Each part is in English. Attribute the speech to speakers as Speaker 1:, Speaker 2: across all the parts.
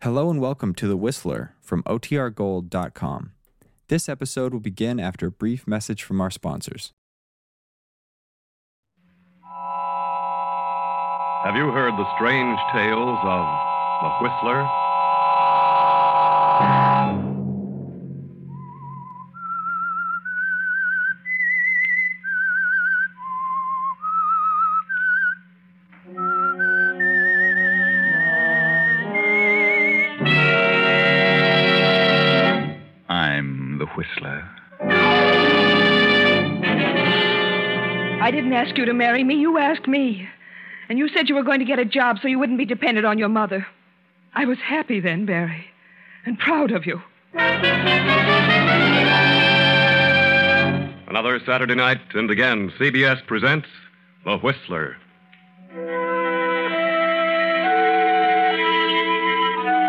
Speaker 1: Hello and welcome to The Whistler from OTRGold.com. This episode will begin after a brief message from our sponsors.
Speaker 2: Have you heard the strange tales of The Whistler?
Speaker 3: I'm the Whistler.
Speaker 4: I didn't ask you to marry me. You asked me. And you said you were going to get a job so you wouldn't be dependent on your mother. I was happy then, Barry, and proud of you.
Speaker 2: Another Saturday night, and again, CBS presents The Whistler.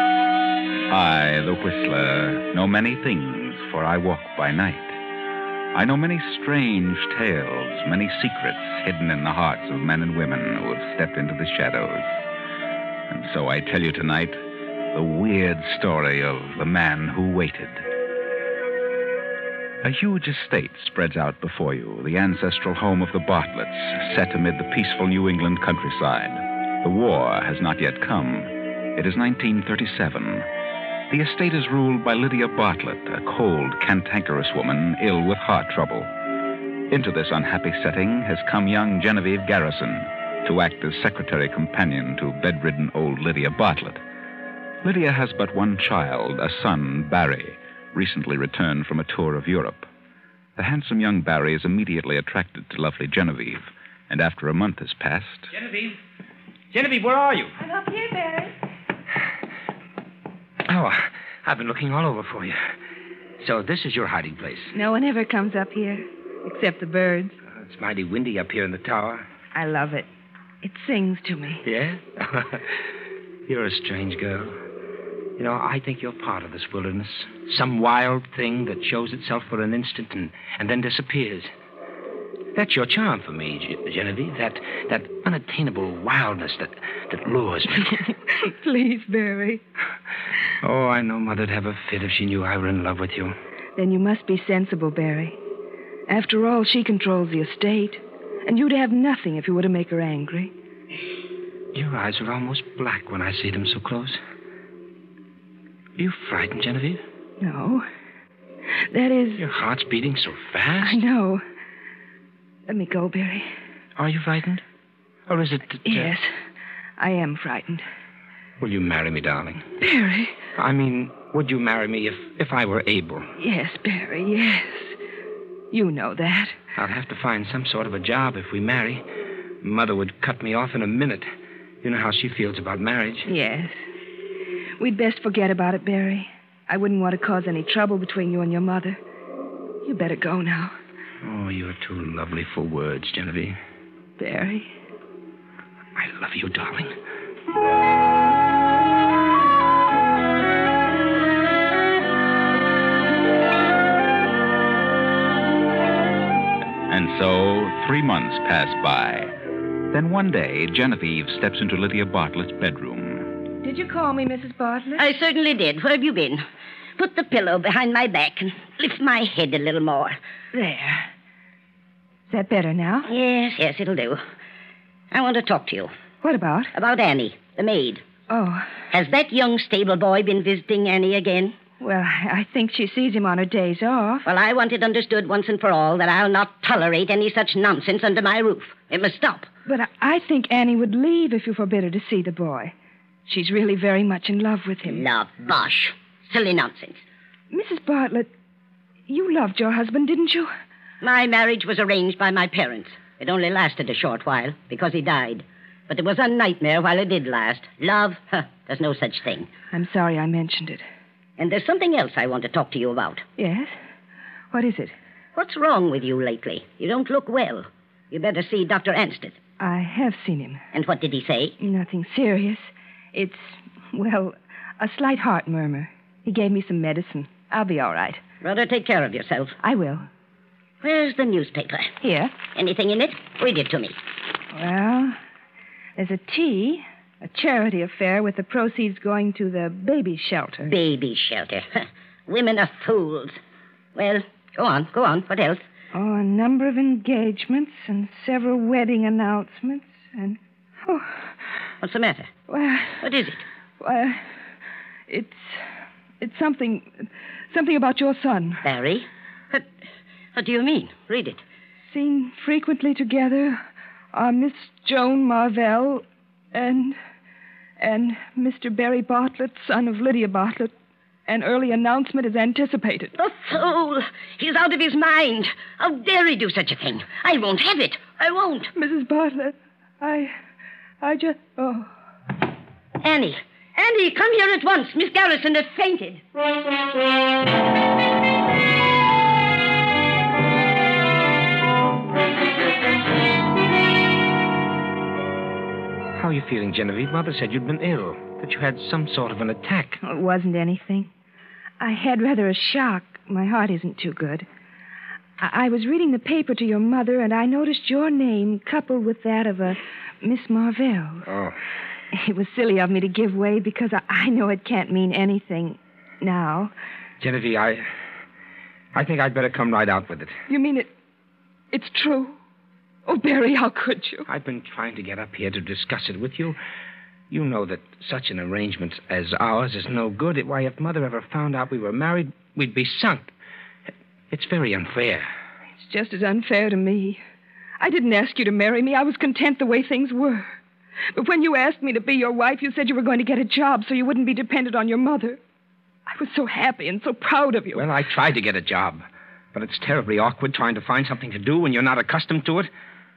Speaker 3: I, the Whistler, know many things, for I walk by night. I know many strange tales, many secrets hidden in the hearts of men and women who have stepped into the shadows. And so I tell you tonight the weird story of the man who waited. A huge estate spreads out before you, the ancestral home of the Bartletts, set amid the peaceful New England countryside. The war has not yet come. It is 1937. The estate is ruled by Lydia Bartlett, a cold, cantankerous woman ill with heart trouble. Into this unhappy setting has come young Genevieve Garrison to act as secretary companion to bedridden old Lydia Bartlett. Lydia has but one child, a son, Barry, recently returned from a tour of Europe. The handsome young Barry is immediately attracted to lovely Genevieve, and after a month has passed,
Speaker 5: Genevieve? Genevieve, where are you?
Speaker 6: I'm up here, Barry.
Speaker 5: Oh, I've been looking all over for you. So this is your hiding place.
Speaker 4: No one ever comes up here, except the birds.
Speaker 5: It's mighty windy up here in the tower.
Speaker 4: I love it. It sings to me.
Speaker 5: Yeah? You're a strange girl. You know, I think you're part of this wilderness. Some wild thing that shows itself for an instant and, and then disappears. That's your charm for me, Ge- Genevieve. That, that unattainable wildness that, that lures me.
Speaker 4: Please, Barry.
Speaker 5: oh, I know Mother'd have a fit if she knew I were in love with you.
Speaker 4: Then you must be sensible, Barry. After all, she controls the estate, and you'd have nothing if you were to make her angry.
Speaker 5: Your eyes are almost black when I see them so close. Are you frightened, Genevieve?
Speaker 4: No. That is.
Speaker 5: Your heart's beating so
Speaker 4: I
Speaker 5: fast.
Speaker 4: know. Let me go, Barry.
Speaker 5: Are you frightened? Or is it. that, uh,
Speaker 4: Yes, I am frightened.
Speaker 5: Will you marry me, darling?
Speaker 4: Barry.
Speaker 5: I mean, would you marry me if, if I were able?
Speaker 4: Yes, Barry, yes. You know that.
Speaker 5: I'll have to find some sort of a job if we marry. Mother would cut me off in a minute. You know how she feels about marriage.
Speaker 4: Yes. We'd best forget about it, Barry. I wouldn't want to cause any trouble between you and your mother. You better go now,
Speaker 5: Oh, you're too lovely for words, Genevieve.
Speaker 4: Barry.
Speaker 5: I love you, darling.
Speaker 3: And so three months pass by. Then one day, Genevieve steps into Lydia Bartlett's bedroom.
Speaker 4: Did you call me, Mrs. Bartlett?
Speaker 6: I certainly did. Where have you been? Put the pillow behind my back and lift my head a little more.
Speaker 4: There. Is that better now?
Speaker 6: Yes, yes, it'll do. I want to talk to you
Speaker 4: What about?
Speaker 6: about Annie, the maid.
Speaker 4: Oh,
Speaker 6: Has that young stable boy been visiting Annie again?
Speaker 4: well, I I think she sees him on her days off.
Speaker 6: Well, I want it understood once and for all that I'll not tolerate any such nonsense under my roof. It must stop.
Speaker 4: But I, I think Annie would leave if you forbid her to see the boy. She's really very much in love with him.
Speaker 6: La bosh. Silly nonsense.
Speaker 4: Mrs. Bartlett, you loved your husband, didn't you?
Speaker 6: My marriage was arranged by my parents. It only lasted a short while because he died. But it was a nightmare while it did last. Love? Huh, there's no such thing.
Speaker 4: I'm sorry I mentioned it.
Speaker 6: And there's something else I want to talk to you about.
Speaker 4: Yes? What is it?
Speaker 6: What's wrong with you lately? You don't look well. You better see Dr. Anstett.
Speaker 4: I have seen him.
Speaker 6: And what did he say?
Speaker 4: Nothing serious. It's, well, a slight heart murmur. He gave me some medicine. I'll be all right.
Speaker 6: Rather take care of yourself.
Speaker 4: I will.
Speaker 6: Where's the newspaper?
Speaker 4: Here.
Speaker 6: Anything in it? Read it to me.
Speaker 4: Well, there's a T, A charity affair with the proceeds going to the baby shelter.
Speaker 6: Baby shelter. Women are fools. Well, go on, go on. What else?
Speaker 4: Oh, a number of engagements and several wedding announcements and. Oh,
Speaker 6: What's the matter?
Speaker 4: well,
Speaker 6: What is it?
Speaker 4: well, it's. It's something. Something about your son.
Speaker 6: Barry? What, what do you mean? Read it.
Speaker 4: Seen frequently together are Miss Joan Marvell and. and Mr. Barry Bartlett, son of Lydia Bartlett. An early announcement is anticipated.
Speaker 6: The fool! He's out of his mind. How dare he do such a thing? I won't have it. I won't.
Speaker 4: Mrs. Bartlett, I. I just. Oh.
Speaker 6: Annie, Annie, come here at once. Miss Garrison has fainted.
Speaker 5: How are you feeling, Genevieve? Mother said you'd been ill, that you had some sort of an attack.
Speaker 4: It wasn't anything. I had rather a shock. My heart isn't too good. I, I was reading the paper to your mother, and I noticed your name coupled with that of a Miss Marvell.
Speaker 5: Oh.
Speaker 4: It was silly of me to give way because I, I know it can't mean anything now.
Speaker 5: Genevieve, I. I think I'd better come right out with it.
Speaker 4: You mean it? It's true? Oh, Barry, how could you?
Speaker 5: I've been trying to get up here to discuss it with you. You know that such an arrangement as ours is no good. Why, if Mother ever found out we were married, we'd be sunk. It's very unfair.
Speaker 4: It's just as unfair to me. I didn't ask you to marry me. I was content the way things were. But when you asked me to be your wife, you said you were going to get a job so you wouldn't be dependent on your mother. I was so happy and so proud of you.
Speaker 5: Well, I tried to get a job, but it's terribly awkward trying to find something to do when you're not accustomed to it.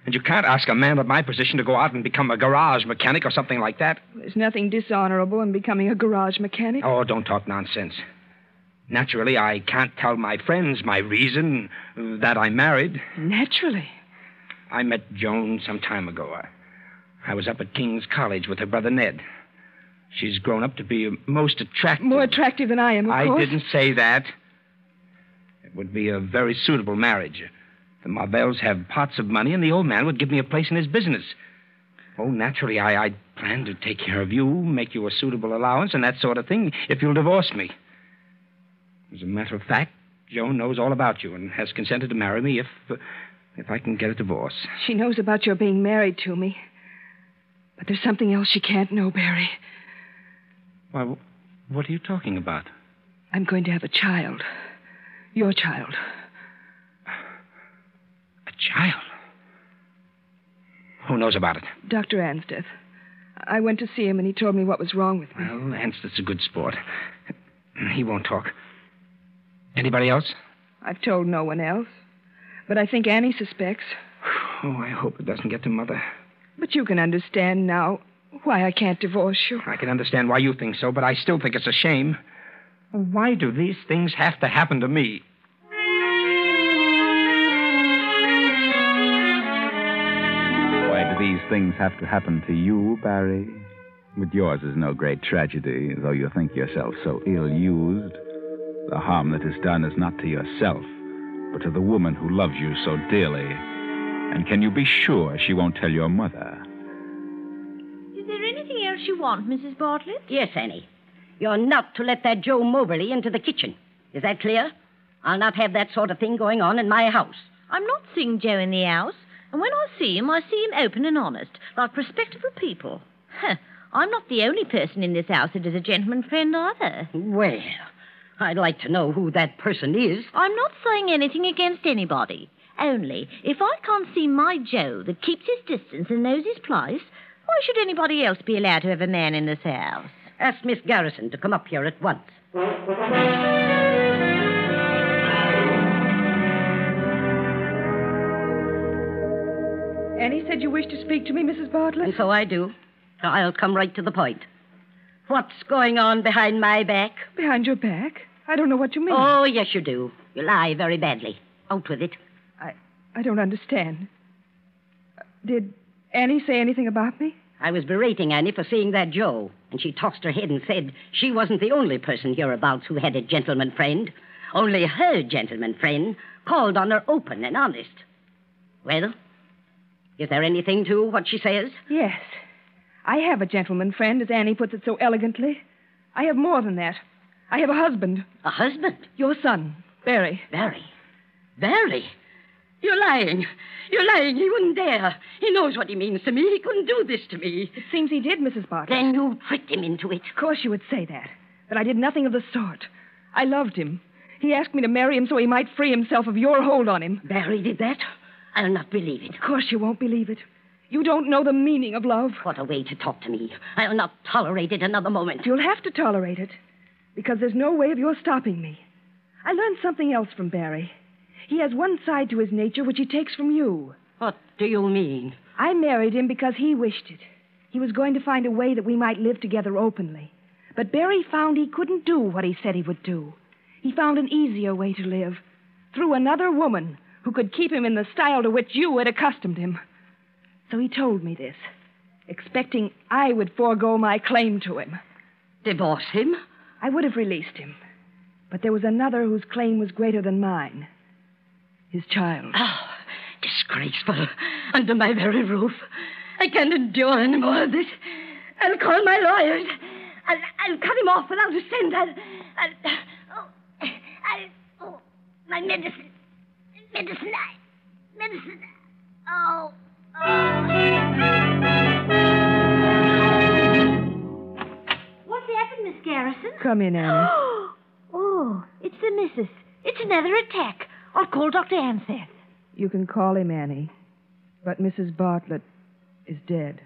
Speaker 5: And you can't ask a man of my position to go out and become a garage mechanic or something like that.
Speaker 4: There's nothing dishonorable in becoming a garage mechanic.
Speaker 5: Oh, don't talk nonsense. Naturally, I can't tell my friends my reason uh, that I'm married.
Speaker 4: Naturally.
Speaker 5: I met Joan some time ago. I, I was up at King's College with her brother Ned. She's grown up to be most attractive.
Speaker 4: More attractive than I am, of
Speaker 5: I
Speaker 4: course.
Speaker 5: didn't say that. It would be a very suitable marriage. The Marvells have pots of money, and the old man would give me a place in his business. Oh, naturally, I, I'd plan to take care of you, make you a suitable allowance, and that sort of thing, if you'll divorce me. As a matter of fact, Joan knows all about you and has consented to marry me if, uh, if I can get a divorce.
Speaker 4: She knows about your being married to me. But there's something else she can't know, Barry.
Speaker 5: Why, wh- what are you talking about?
Speaker 4: I'm going to have a child. Your child.
Speaker 5: A child? Who knows about it?
Speaker 4: Dr. Ansdeth. I went to see him, and he told me what was wrong with me.
Speaker 5: Well, Lance, that's a good sport. He won't talk. Anybody else?
Speaker 4: I've told no one else. But I think Annie suspects.
Speaker 5: Oh, I hope it doesn't get to Mother.
Speaker 4: But you can understand now why I can't divorce you.
Speaker 5: I can understand why you think so, but I still think it's a shame. Why do these things have to happen to me?
Speaker 3: Why do these things have to happen to you, Barry? But yours is no great tragedy, though you think yourself so ill used. The harm that is done is not to yourself, but to the woman who loves you so dearly. And can you be sure she won't tell your mother?
Speaker 7: Is there anything else you want, Mrs. Bartlett?
Speaker 6: Yes, Annie. You're not to let that Joe Moberly into the kitchen. Is that clear? I'll not have that sort of thing going on in my house.
Speaker 7: I'm not seeing Joe in the house, and when I see him, I see him open and honest, like respectable people. Huh. I'm not the only person in this house that is a gentleman friend either.
Speaker 6: Well, I'd like to know who that person is.
Speaker 7: I'm not saying anything against anybody. Only, if I can't see my Joe that keeps his distance and knows his place, why should anybody else be allowed to have a man in this house?
Speaker 6: Ask Miss Garrison to come up here at once.
Speaker 4: Annie said you wished to speak to me, Mrs.
Speaker 6: And
Speaker 4: Bartlett?
Speaker 6: so I do. I'll come right to the point. What's going on behind my back?
Speaker 4: Behind your back? I don't know what you mean.
Speaker 6: Oh, yes, you do. You lie very badly. Out with it.
Speaker 4: I, I don't understand. Uh, Did Annie say anything about me?
Speaker 6: I was berating Annie for seeing that Joe, and she tossed her head and said she wasn't the only person hereabouts who had a gentleman friend. Only her gentleman friend called on her open and honest. Well, is there anything to what she says?
Speaker 4: Yes. I have a gentleman friend, as Annie puts it so elegantly. I have more than that. I have a husband,
Speaker 6: A husband?
Speaker 4: your son, Barry.
Speaker 6: Barry. Barry? You're lying. You're lying. He wouldn't dare. He knows what he means to me. He couldn't do this to me.
Speaker 4: It seems he did, Mrs. Bartlett.
Speaker 6: Then you tricked him into it.
Speaker 4: Of course you would say that. But I did nothing of the sort. I loved him. He asked me to marry him so he might free himself of your hold on him.
Speaker 6: Barry did that? I'll not believe it.
Speaker 4: Of course you won't believe it. You don't know the meaning of love.
Speaker 6: What a way to talk to me. I'll not tolerate it another moment.
Speaker 4: You'll have to tolerate it because there's no way of your stopping me. I learned something else from Barry. He has one side to his nature which he takes from you.
Speaker 6: What do you mean?
Speaker 4: I married him because he wished it. He was going to find a way that we might live together openly. But Barry found he couldn't do what he said he would do. He found an easier way to live through another woman who could keep him in the style to which you had accustomed him. So he told me this, expecting I would forego my claim to him.
Speaker 6: Divorce him?
Speaker 4: I would have released him, but there was another whose claim was greater than mine his child.
Speaker 6: Oh, disgraceful. Under my very roof. I can't endure any more of this. I'll call my lawyers. I'll, I'll cut him off without a cent. I'll. I'll oh, I, oh, my medicine. Medicine. I, medicine. Oh.
Speaker 7: What's happened, Miss Garrison?
Speaker 4: Come in, Annie.
Speaker 7: oh, it's the missus. It's another attack. I'll call Dr. Anseth.
Speaker 4: You can call him Annie, but Mrs. Bartlett is dead.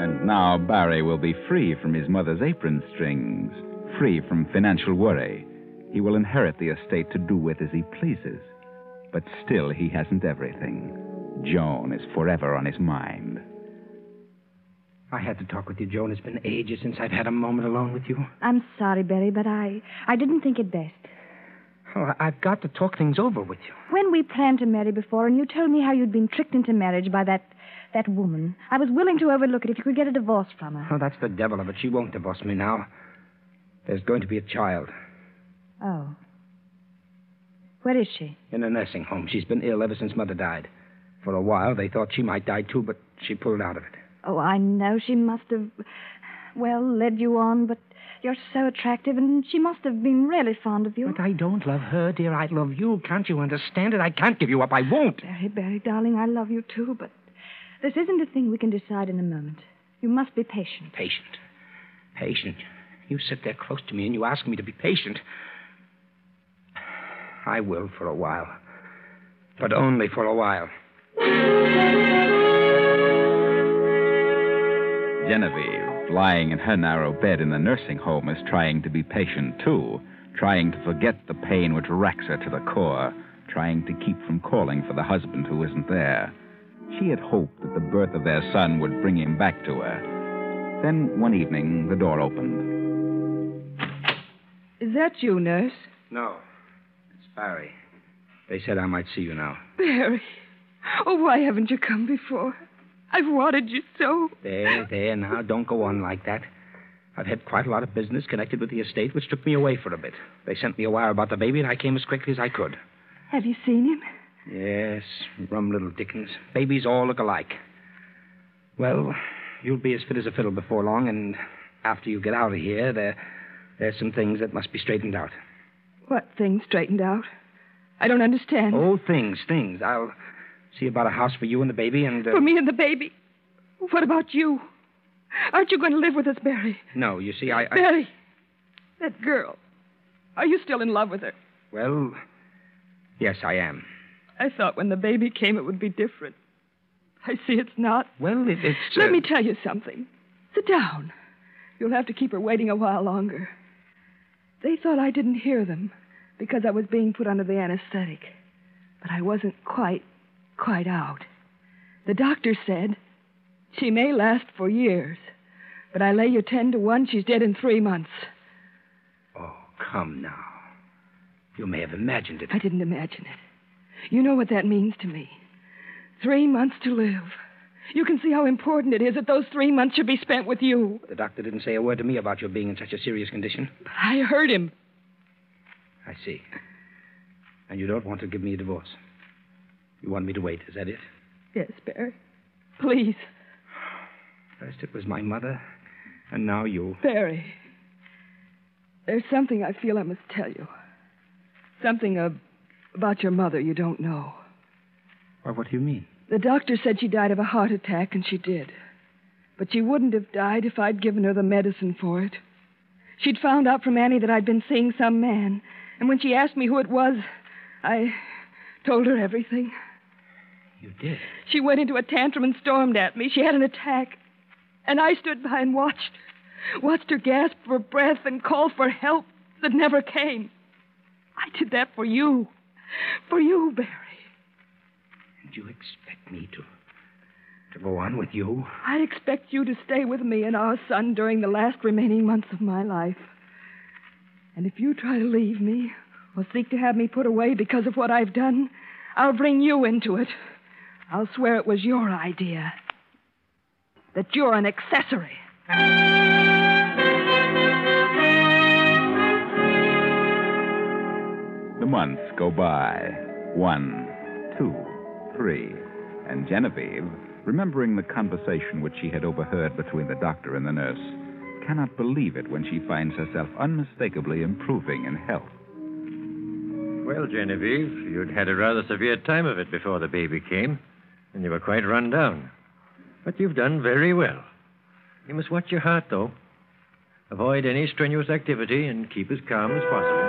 Speaker 3: And now Barry will be free from his mother's apron strings, free from financial worry. He will inherit the estate to do with as he pleases. But still, he hasn't everything. Joan is forever on his mind.
Speaker 5: I had to talk with you, Joan. It's been ages since I've had a moment alone with you.
Speaker 8: I'm sorry, Barry, but I, I didn't think it best.
Speaker 5: Oh, I've got to talk things over with you.
Speaker 8: When we planned to marry before and you told me how you'd been tricked into marriage by that, that woman, I was willing to overlook it if you could get a divorce from her.
Speaker 5: Oh, that's the devil of it. She won't divorce me now. There's going to be a child
Speaker 8: Oh. Where is she?
Speaker 5: in a nursing home. She's been ill ever since Mother died. For a while, they thought she might die too, but she pulled out of it.
Speaker 8: Oh, I know she must have, well, led you on, but you're so attractive and she must have been really fond of you.
Speaker 5: But I don't love her, dear. I love you. Can't you understand it? I can't give you up. I won't.
Speaker 8: Barry, Barry, darling, I love you too, but this isn't a thing we can decide in a moment. You must be patient.
Speaker 5: Patient. Patient. You sit there close to me and you ask me to be patient. I will for a while. But only for a while.
Speaker 3: Genevieve, lying in her narrow bed in the nursing home, is trying to be patient too, trying to forget the pain which racks her to the core, trying to keep from calling for the husband who isn't there. She had hoped that the birth of their son would bring him back to her. Then one evening, the door opened.
Speaker 4: Is that you, nurse?
Speaker 5: No. It's Barry. They said I might see you now.
Speaker 4: Barry. Oh, why haven't you come before? I've wanted you so.
Speaker 5: There, there, now. Don't go on like that. I've had quite a lot of business connected with the estate, which took me away for a bit. They sent me a wire about the baby, and I came as quickly as I could.
Speaker 4: Have you seen him?
Speaker 5: Yes, rum little Dickens. Babies all look alike. Well, you'll be as fit as a fiddle before long, and after you get out of here, there, there's some things that must be straightened out.
Speaker 4: What thing straightened out? I don't understand.
Speaker 5: Oh, things, things. I'll see about a house for you and the baby, and uh,
Speaker 4: For me and the baby. What about you? Aren't you going to live with us, Barry?
Speaker 5: No, you see, I, I
Speaker 4: Barry, that girl. Are you still in love with her?
Speaker 5: well, yes, I am.
Speaker 4: I thought when the baby came it would be different. I see it's not.
Speaker 5: Well, it, it's.
Speaker 4: Let
Speaker 5: uh,
Speaker 4: me tell you something. Sit down. You'll have to keep her waiting a while longer. They thought I didn't hear them because I was being put under the anesthetic. But I wasn't quite, quite out. The doctor said she may last for years, but I lay you ten to one she's dead in three months.
Speaker 5: Oh, come now. You may have imagined it.
Speaker 4: I didn't imagine it. You know what that means to me. Three months to live. You can see how important it is that those three months should be spent with you.
Speaker 5: The doctor didn't say a word to me about your being in such a serious condition.
Speaker 4: I heard him.
Speaker 5: I see. And you don't want to give me a divorce. You want me to wait, is that it?
Speaker 4: Yes, Barry. Please,
Speaker 5: First it was my mother, and now you.
Speaker 4: Barry. There's something I feel I must tell you. Something uh, about your mother you don't know.
Speaker 5: Why, what do you mean?
Speaker 4: The doctor said she died of a heart attack, and she did. But she wouldn't have died if I'd given her the medicine for it. She'd found out from Annie that I'd been seeing some man, and when she asked me who it was, I told her everything.
Speaker 5: You did.
Speaker 4: She went into a tantrum and stormed at me. She had an attack. And I stood by and watched her, watched her gasp for breath and call for help that never came. I did that for you. For you, Barry.
Speaker 5: And you expect me to. to go on with you?
Speaker 4: I expect you to stay with me and our son during the last remaining months of my life. And if you try to leave me or seek to have me put away because of what I've done, I'll bring you into it. I'll swear it was your idea. That you're an accessory.
Speaker 3: The months go by. One, two, three. And Genevieve, remembering the conversation which she had overheard between the doctor and the nurse, cannot believe it when she finds herself unmistakably improving in health.
Speaker 9: Well, Genevieve, you'd had a rather severe time of it before the baby came, and you were quite run down. But you've done very well. You must watch your heart, though. Avoid any strenuous activity and keep as calm as possible.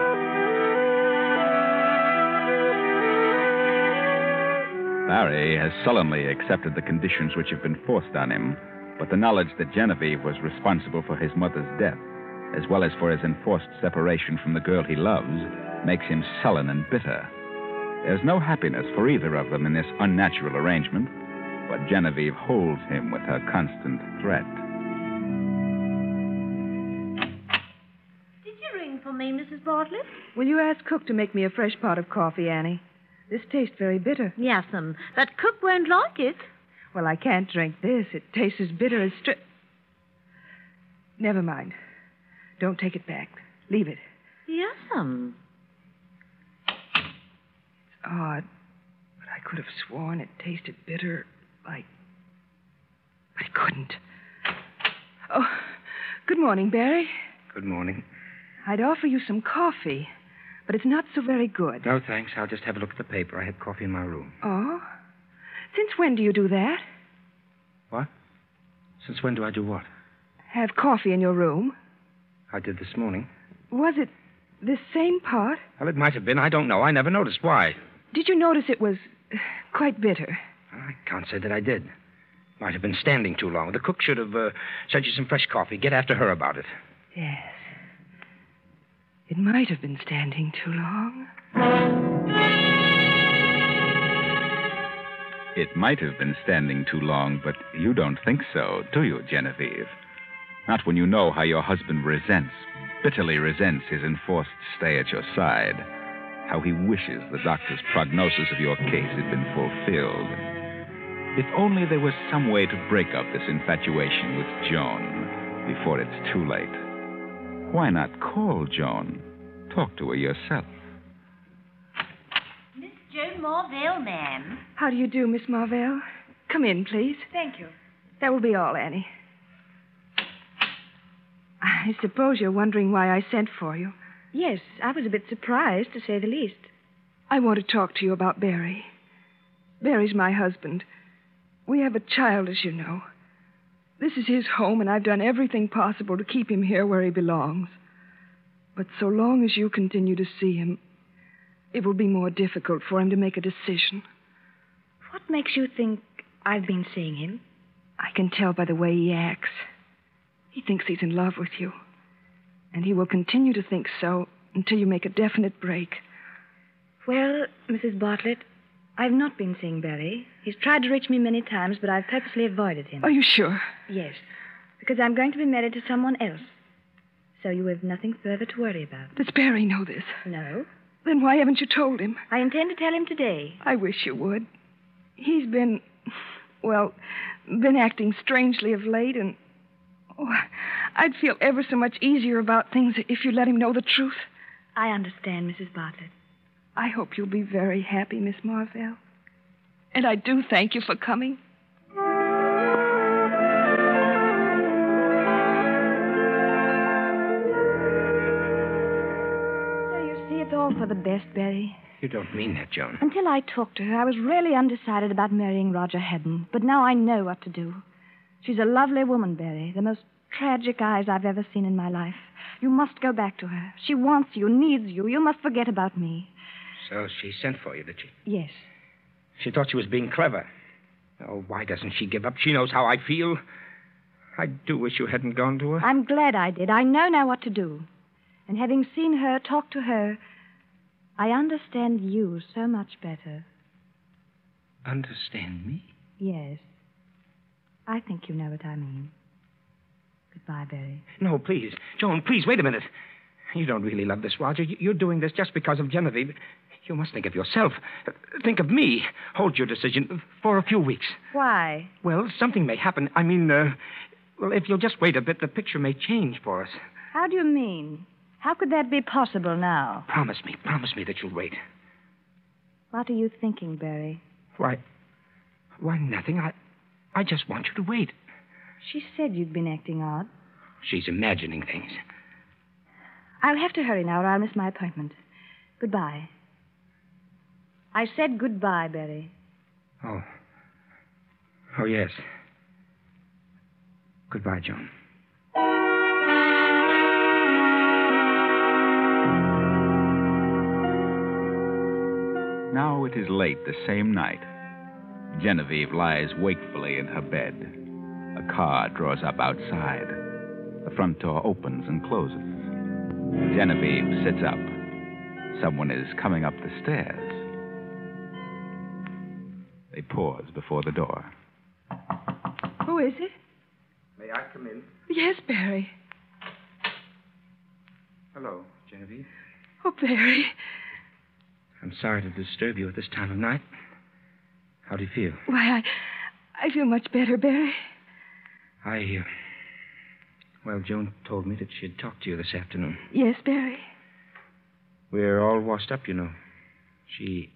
Speaker 3: Barry has sullenly accepted the conditions which have been forced on him, but the knowledge that Genevieve was responsible for his mother's death, as well as for his enforced separation from the girl he loves, makes him sullen and bitter. There's no happiness for either of them in this unnatural arrangement, but Genevieve holds him with her constant threat.
Speaker 7: Did you ring for me, Mrs. Bartlett?
Speaker 4: Will you ask Cook to make me a fresh pot of coffee, Annie? This tastes very bitter.
Speaker 7: Yes'm, but um, Cook won't like it.
Speaker 4: Well, I can't drink this. It tastes as bitter as stri. Never mind. Don't take it back. Leave it.
Speaker 7: Yes'm.
Speaker 4: It's odd, Ah, but I could have sworn it tasted bitter like. But it couldn't. Oh, good morning, Barry.
Speaker 5: Good morning.
Speaker 4: I'd offer you some coffee, but it's not so very good.
Speaker 5: No, thanks. I'll just have a look at the paper. I had coffee in my room.
Speaker 4: Oh? Since when do you do that?
Speaker 5: Since when do I do what?
Speaker 4: Have coffee in your room?
Speaker 5: I did this morning.
Speaker 4: Was it this same pot?
Speaker 5: Well, it might have been. I don't know. I never noticed. Why?
Speaker 4: Did you notice it was uh, quite bitter?
Speaker 5: I can't say that I did. Might have been standing too long. The cook should have uh, sent you some fresh coffee. Get after her about it.
Speaker 4: Yes. It might have been standing too long.
Speaker 3: It might have been standing too long, but you don't think so, do you, Genevieve? Not when you know how your husband resents, bitterly resents his enforced stay at your side. How he wishes the doctor's prognosis of your case had been fulfilled. If only there was some way to break up this infatuation with Joan before it's too late. Why not call Joan? Talk to her yourself.
Speaker 7: Miss Joan Marvell, ma'am.
Speaker 4: How do you do, Miss Marvell? Come in, please.
Speaker 6: Thank you.
Speaker 4: That will be all, Annie. I suppose you're wondering why I sent for you.
Speaker 8: Yes, I was a bit surprised, to say the least.
Speaker 4: I want to talk to you about Barry. Barry's my husband. We have a child, as you know. This is his home, and I've done everything possible to keep him here where he belongs. But so long as you continue to see him, it will be more difficult for him to make a decision.
Speaker 8: What makes you think I've been seeing him?
Speaker 4: I can tell by the way he acts. He thinks he's in love with you. And he will continue to think so until you make a definite break.
Speaker 8: Well, Mrs. Bartlett, I've not been seeing Barry. He's tried to reach me many times, but I've purposely avoided him.
Speaker 4: Are you sure?
Speaker 8: Yes, because I'm going to be married to someone else. So you have nothing further to worry about.
Speaker 4: Does Barry know this?
Speaker 8: No.
Speaker 4: Then why haven't you told him?
Speaker 8: I intend to tell him today.
Speaker 4: I wish you would. He's been, well, been acting strangely of late, and oh, I'd feel ever so much easier about things if you let him know the truth.
Speaker 8: I understand, Mrs. Bartlett.
Speaker 4: I hope you'll be very happy, Miss Marvell. And I do thank you for coming.
Speaker 8: So you see, it's all for the best, Betty.
Speaker 5: You don't mean that, Joan.
Speaker 8: Until I talked to her, I was really undecided about marrying Roger Hedden. But now I know what to do. She's a lovely woman, Betty. The most tragic eyes I've ever seen in my life. You must go back to her. She wants you, needs you. You must forget about me.
Speaker 5: So she sent for you, did she?
Speaker 8: Yes.
Speaker 5: She thought she was being clever. Oh, why doesn't she give up? She knows how I feel. I do wish you hadn't gone to her.
Speaker 8: I'm glad I did. I know now what to do. And having seen her, talked to her, I understand you so much better.
Speaker 5: Understand me?
Speaker 8: Yes. I think you know what I mean. Goodbye, Barry.
Speaker 5: No, please. Joan, please, wait a minute. You don't really love this, Roger. You- You're doing this just because of Genevieve. You must think of yourself. Uh, Think of me. Hold your decision for a few weeks.
Speaker 8: Why?
Speaker 5: Well, something may happen. I mean, uh, well, if you'll just wait a bit, the picture may change for us.
Speaker 8: How do you mean? How could that be possible now?
Speaker 5: Promise me, promise me that you'll wait.
Speaker 8: What are you thinking, Barry?
Speaker 5: Why? Why, nothing. I, I just want you to wait.
Speaker 8: She said you'd been acting odd.
Speaker 5: She's imagining things.
Speaker 8: I'll have to hurry now or I'll miss my appointment. Goodbye. I said goodbye, Barry.
Speaker 5: Oh. Oh, yes. Goodbye, Joan.
Speaker 3: Now it is late the same night. Genevieve lies wakefully in her bed. A car draws up outside. The front door opens and closes. Genevieve sits up. Someone is coming up the stairs. They pause before the door.
Speaker 4: Who is it?
Speaker 5: May I come in?
Speaker 4: Yes, Barry.
Speaker 5: Hello, Genevieve.
Speaker 4: Oh, Barry.
Speaker 5: I'm sorry to disturb you at this time of night. How do you feel?
Speaker 4: Why, I, I feel much better, Barry.
Speaker 5: I. Uh, well, Joan told me that she had talked to you this afternoon.
Speaker 4: Yes, Barry.
Speaker 5: We're all washed up, you know. She.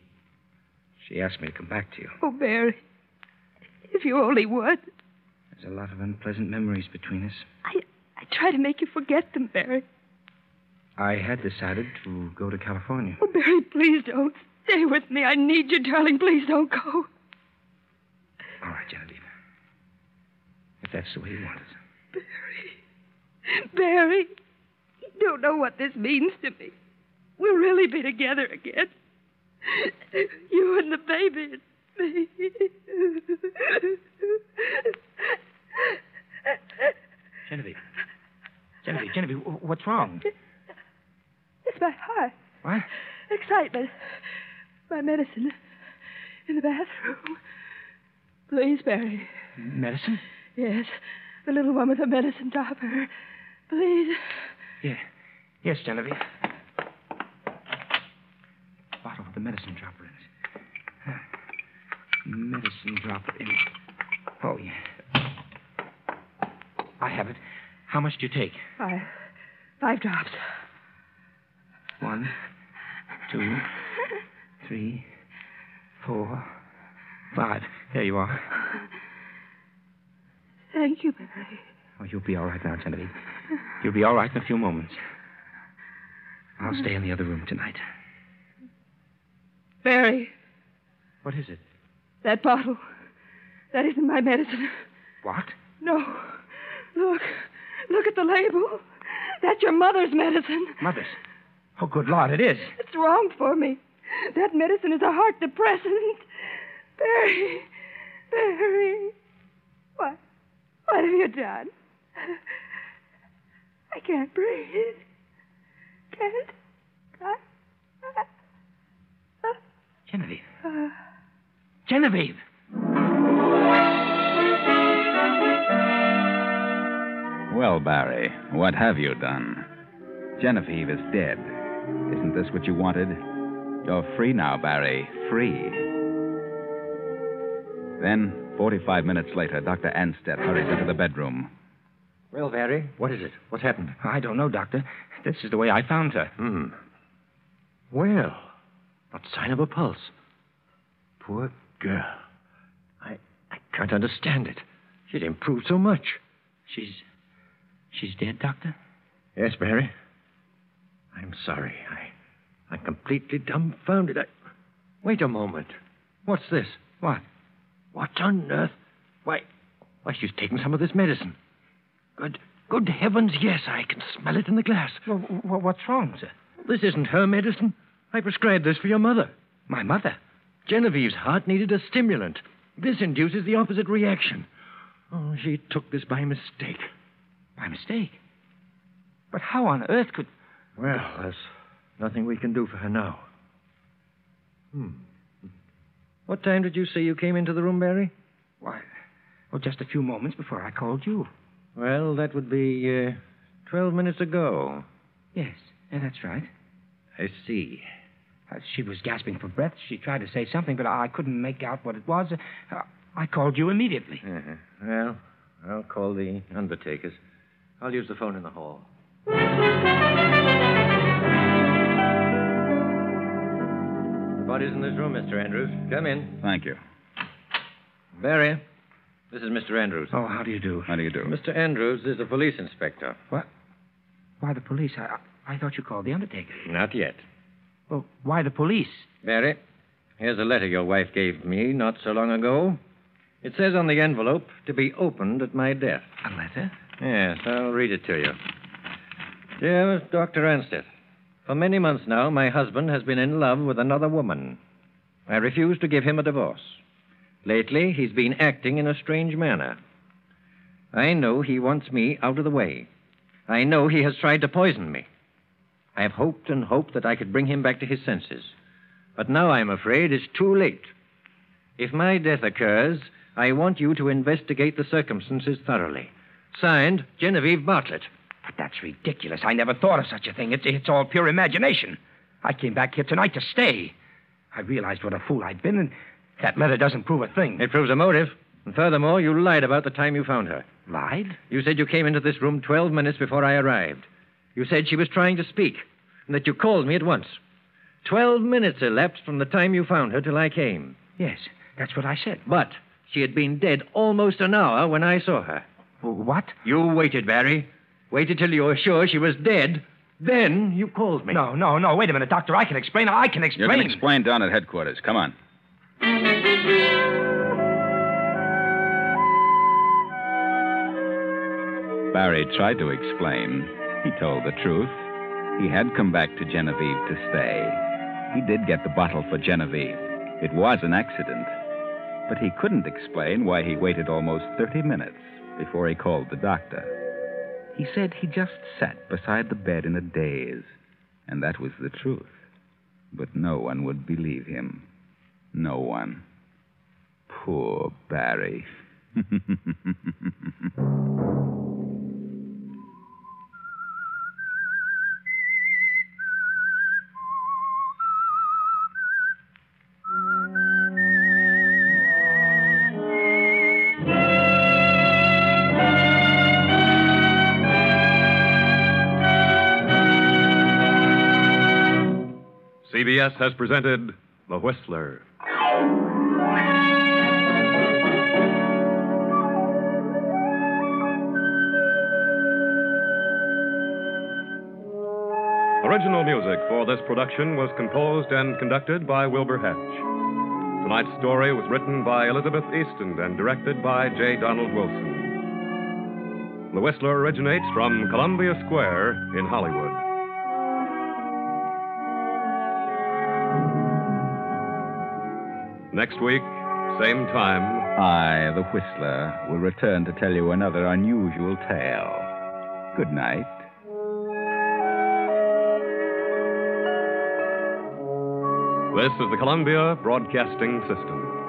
Speaker 5: She asked me to come back to you.
Speaker 4: Oh, Barry. If you only would.
Speaker 5: There's a lot of unpleasant memories between us.
Speaker 4: I, I try to make you forget them, Barry.
Speaker 5: I had decided to go to California.
Speaker 4: Oh, Barry, please don't. Stay with me. I need you, darling. Please don't go.
Speaker 5: All right, Genevieve. If that's the way you want it.
Speaker 4: Barry, you don't know what this means to me. We'll really be together again. You and the baby and me.
Speaker 5: Genevieve. Genevieve, Genevieve, wh- what's wrong?
Speaker 4: It's my heart.
Speaker 5: What?
Speaker 4: Excitement. My medicine in the bathroom. Please, Barry.
Speaker 5: Medicine?
Speaker 4: Yes, the little one with the medicine dropper. Please.
Speaker 5: Yeah. Yes, Genevieve. Bottle with the medicine dropper in it. Huh. Medicine dropper in it. Oh, yeah. I have it. How much do you take?
Speaker 4: Five. Five drops.
Speaker 5: One, two, three, four, five. There you are.
Speaker 4: Thank you, Barry.
Speaker 5: Oh, you'll be all right now, Genevieve. You'll be all right in a few moments. I'll stay in the other room tonight.
Speaker 4: Barry,
Speaker 5: What is it?
Speaker 4: that bottle. That isn't my medicine.
Speaker 5: What?
Speaker 4: No. Look. Look at the label. That's your mother's medicine.
Speaker 5: Mother's. Oh, good Lord, it is.
Speaker 4: It's wrong for me. That medicine is a heart depressant. Barry. Barry. What? What have you done? I can't breathe. Can't. I.
Speaker 5: Genevieve. Genevieve!
Speaker 3: Well, Barry, what have you done? Genevieve is dead. Isn't this what you wanted? You're free now, Barry. Free. Then, 45 minutes later, Dr. Anstead hurries into the bedroom.
Speaker 9: Well, Barry, what is it? What happened?
Speaker 5: I don't know, Doctor. This is the way I found her.
Speaker 9: Hmm. Well, not sign of a pulse. Poor girl. Can't understand it. She'd improved so much.
Speaker 5: She's. She's dead, Doctor?
Speaker 9: Yes, Mary. I'm sorry. I, I'm completely dumbfounded. I, wait a moment. What's this?
Speaker 5: What?
Speaker 9: What on earth? Why, why she's taken some of this medicine. Good, good heavens, yes, I can smell it in the glass.
Speaker 5: Well, what's wrong, sir?
Speaker 9: This isn't her medicine. I prescribed this for your mother.
Speaker 5: My mother.
Speaker 9: Genevieve's heart needed a stimulant. This induces the opposite reaction. Oh, she took this by mistake.
Speaker 5: By mistake. But how on earth could.
Speaker 9: Well, there's nothing we can do for her now. Hmm. What time did you say you came into the room, Barry?
Speaker 5: Why, well, just a few moments before I called you.
Speaker 9: Well, that would be uh, 12 minutes ago.
Speaker 5: Yes, yeah, that's right.
Speaker 9: I see.
Speaker 5: Uh, she was gasping for breath. She tried to say something, but I couldn't make out what it was. Uh, I called you immediately.
Speaker 9: Uh-huh. Well, I'll call the undertakers. I'll use the phone in the hall. The body's in this room, Mr. Andrews. Come in.
Speaker 3: Thank you.
Speaker 9: Barry, this is Mr. Andrews.
Speaker 5: Oh, how do you do?
Speaker 3: How do you do?
Speaker 9: Mr. Andrews is the police inspector.
Speaker 5: What? Why the police? I, I thought you called the undertaker.
Speaker 9: Not yet.
Speaker 5: Well, why the police?
Speaker 9: Barry, here's a letter your wife gave me not so long ago. It says on the envelope, to be opened at my death.
Speaker 5: A letter?
Speaker 9: Yes, I'll read it to you. Dear Dr. Anstead, for many months now, my husband has been in love with another woman. I refuse to give him a divorce. Lately, he's been acting in a strange manner. I know he wants me out of the way. I know he has tried to poison me. I have hoped and hoped that I could bring him back to his senses. But now I'm afraid it's too late. If my death occurs, I want you to investigate the circumstances thoroughly. Signed, Genevieve Bartlett.
Speaker 5: But that's ridiculous. I never thought of such a thing. It's, it's all pure imagination. I came back here tonight to stay. I realized what a fool I'd been, and that letter doesn't prove a thing.
Speaker 9: It proves a motive. And furthermore, you lied about the time you found her.
Speaker 5: Lied?
Speaker 9: You said you came into this room 12 minutes before I arrived. You said she was trying to speak, and that you called me at once. Twelve minutes elapsed from the time you found her till I came.
Speaker 5: Yes, that's what I said.
Speaker 9: But she had been dead almost an hour when I saw her.
Speaker 5: What?
Speaker 9: You waited, Barry. Waited till you were sure she was dead. Then you called me.
Speaker 5: No, no, no. Wait a minute, Doctor. I can explain. I can
Speaker 3: You
Speaker 5: explain.
Speaker 3: can explain down at headquarters. Come on. Barry tried to explain. He told the truth. He had come back to Genevieve to stay. He did get the bottle for Genevieve. It was an accident. But he couldn't explain why he waited almost 30 minutes before he called the doctor. He said he just sat beside the bed in a daze, and that was the truth. But no one would believe him. No one. Poor Barry.
Speaker 2: CBS has presented The Whistler. Original music for this production was composed and conducted by Wilbur Hatch. Tonight's story was written by Elizabeth Easton and directed by J. Donald Wilson. The Whistler originates from Columbia Square in Hollywood. Next week, same time,
Speaker 3: I, the Whistler, will return to tell you another unusual tale. Good night.
Speaker 2: This is the Columbia Broadcasting System.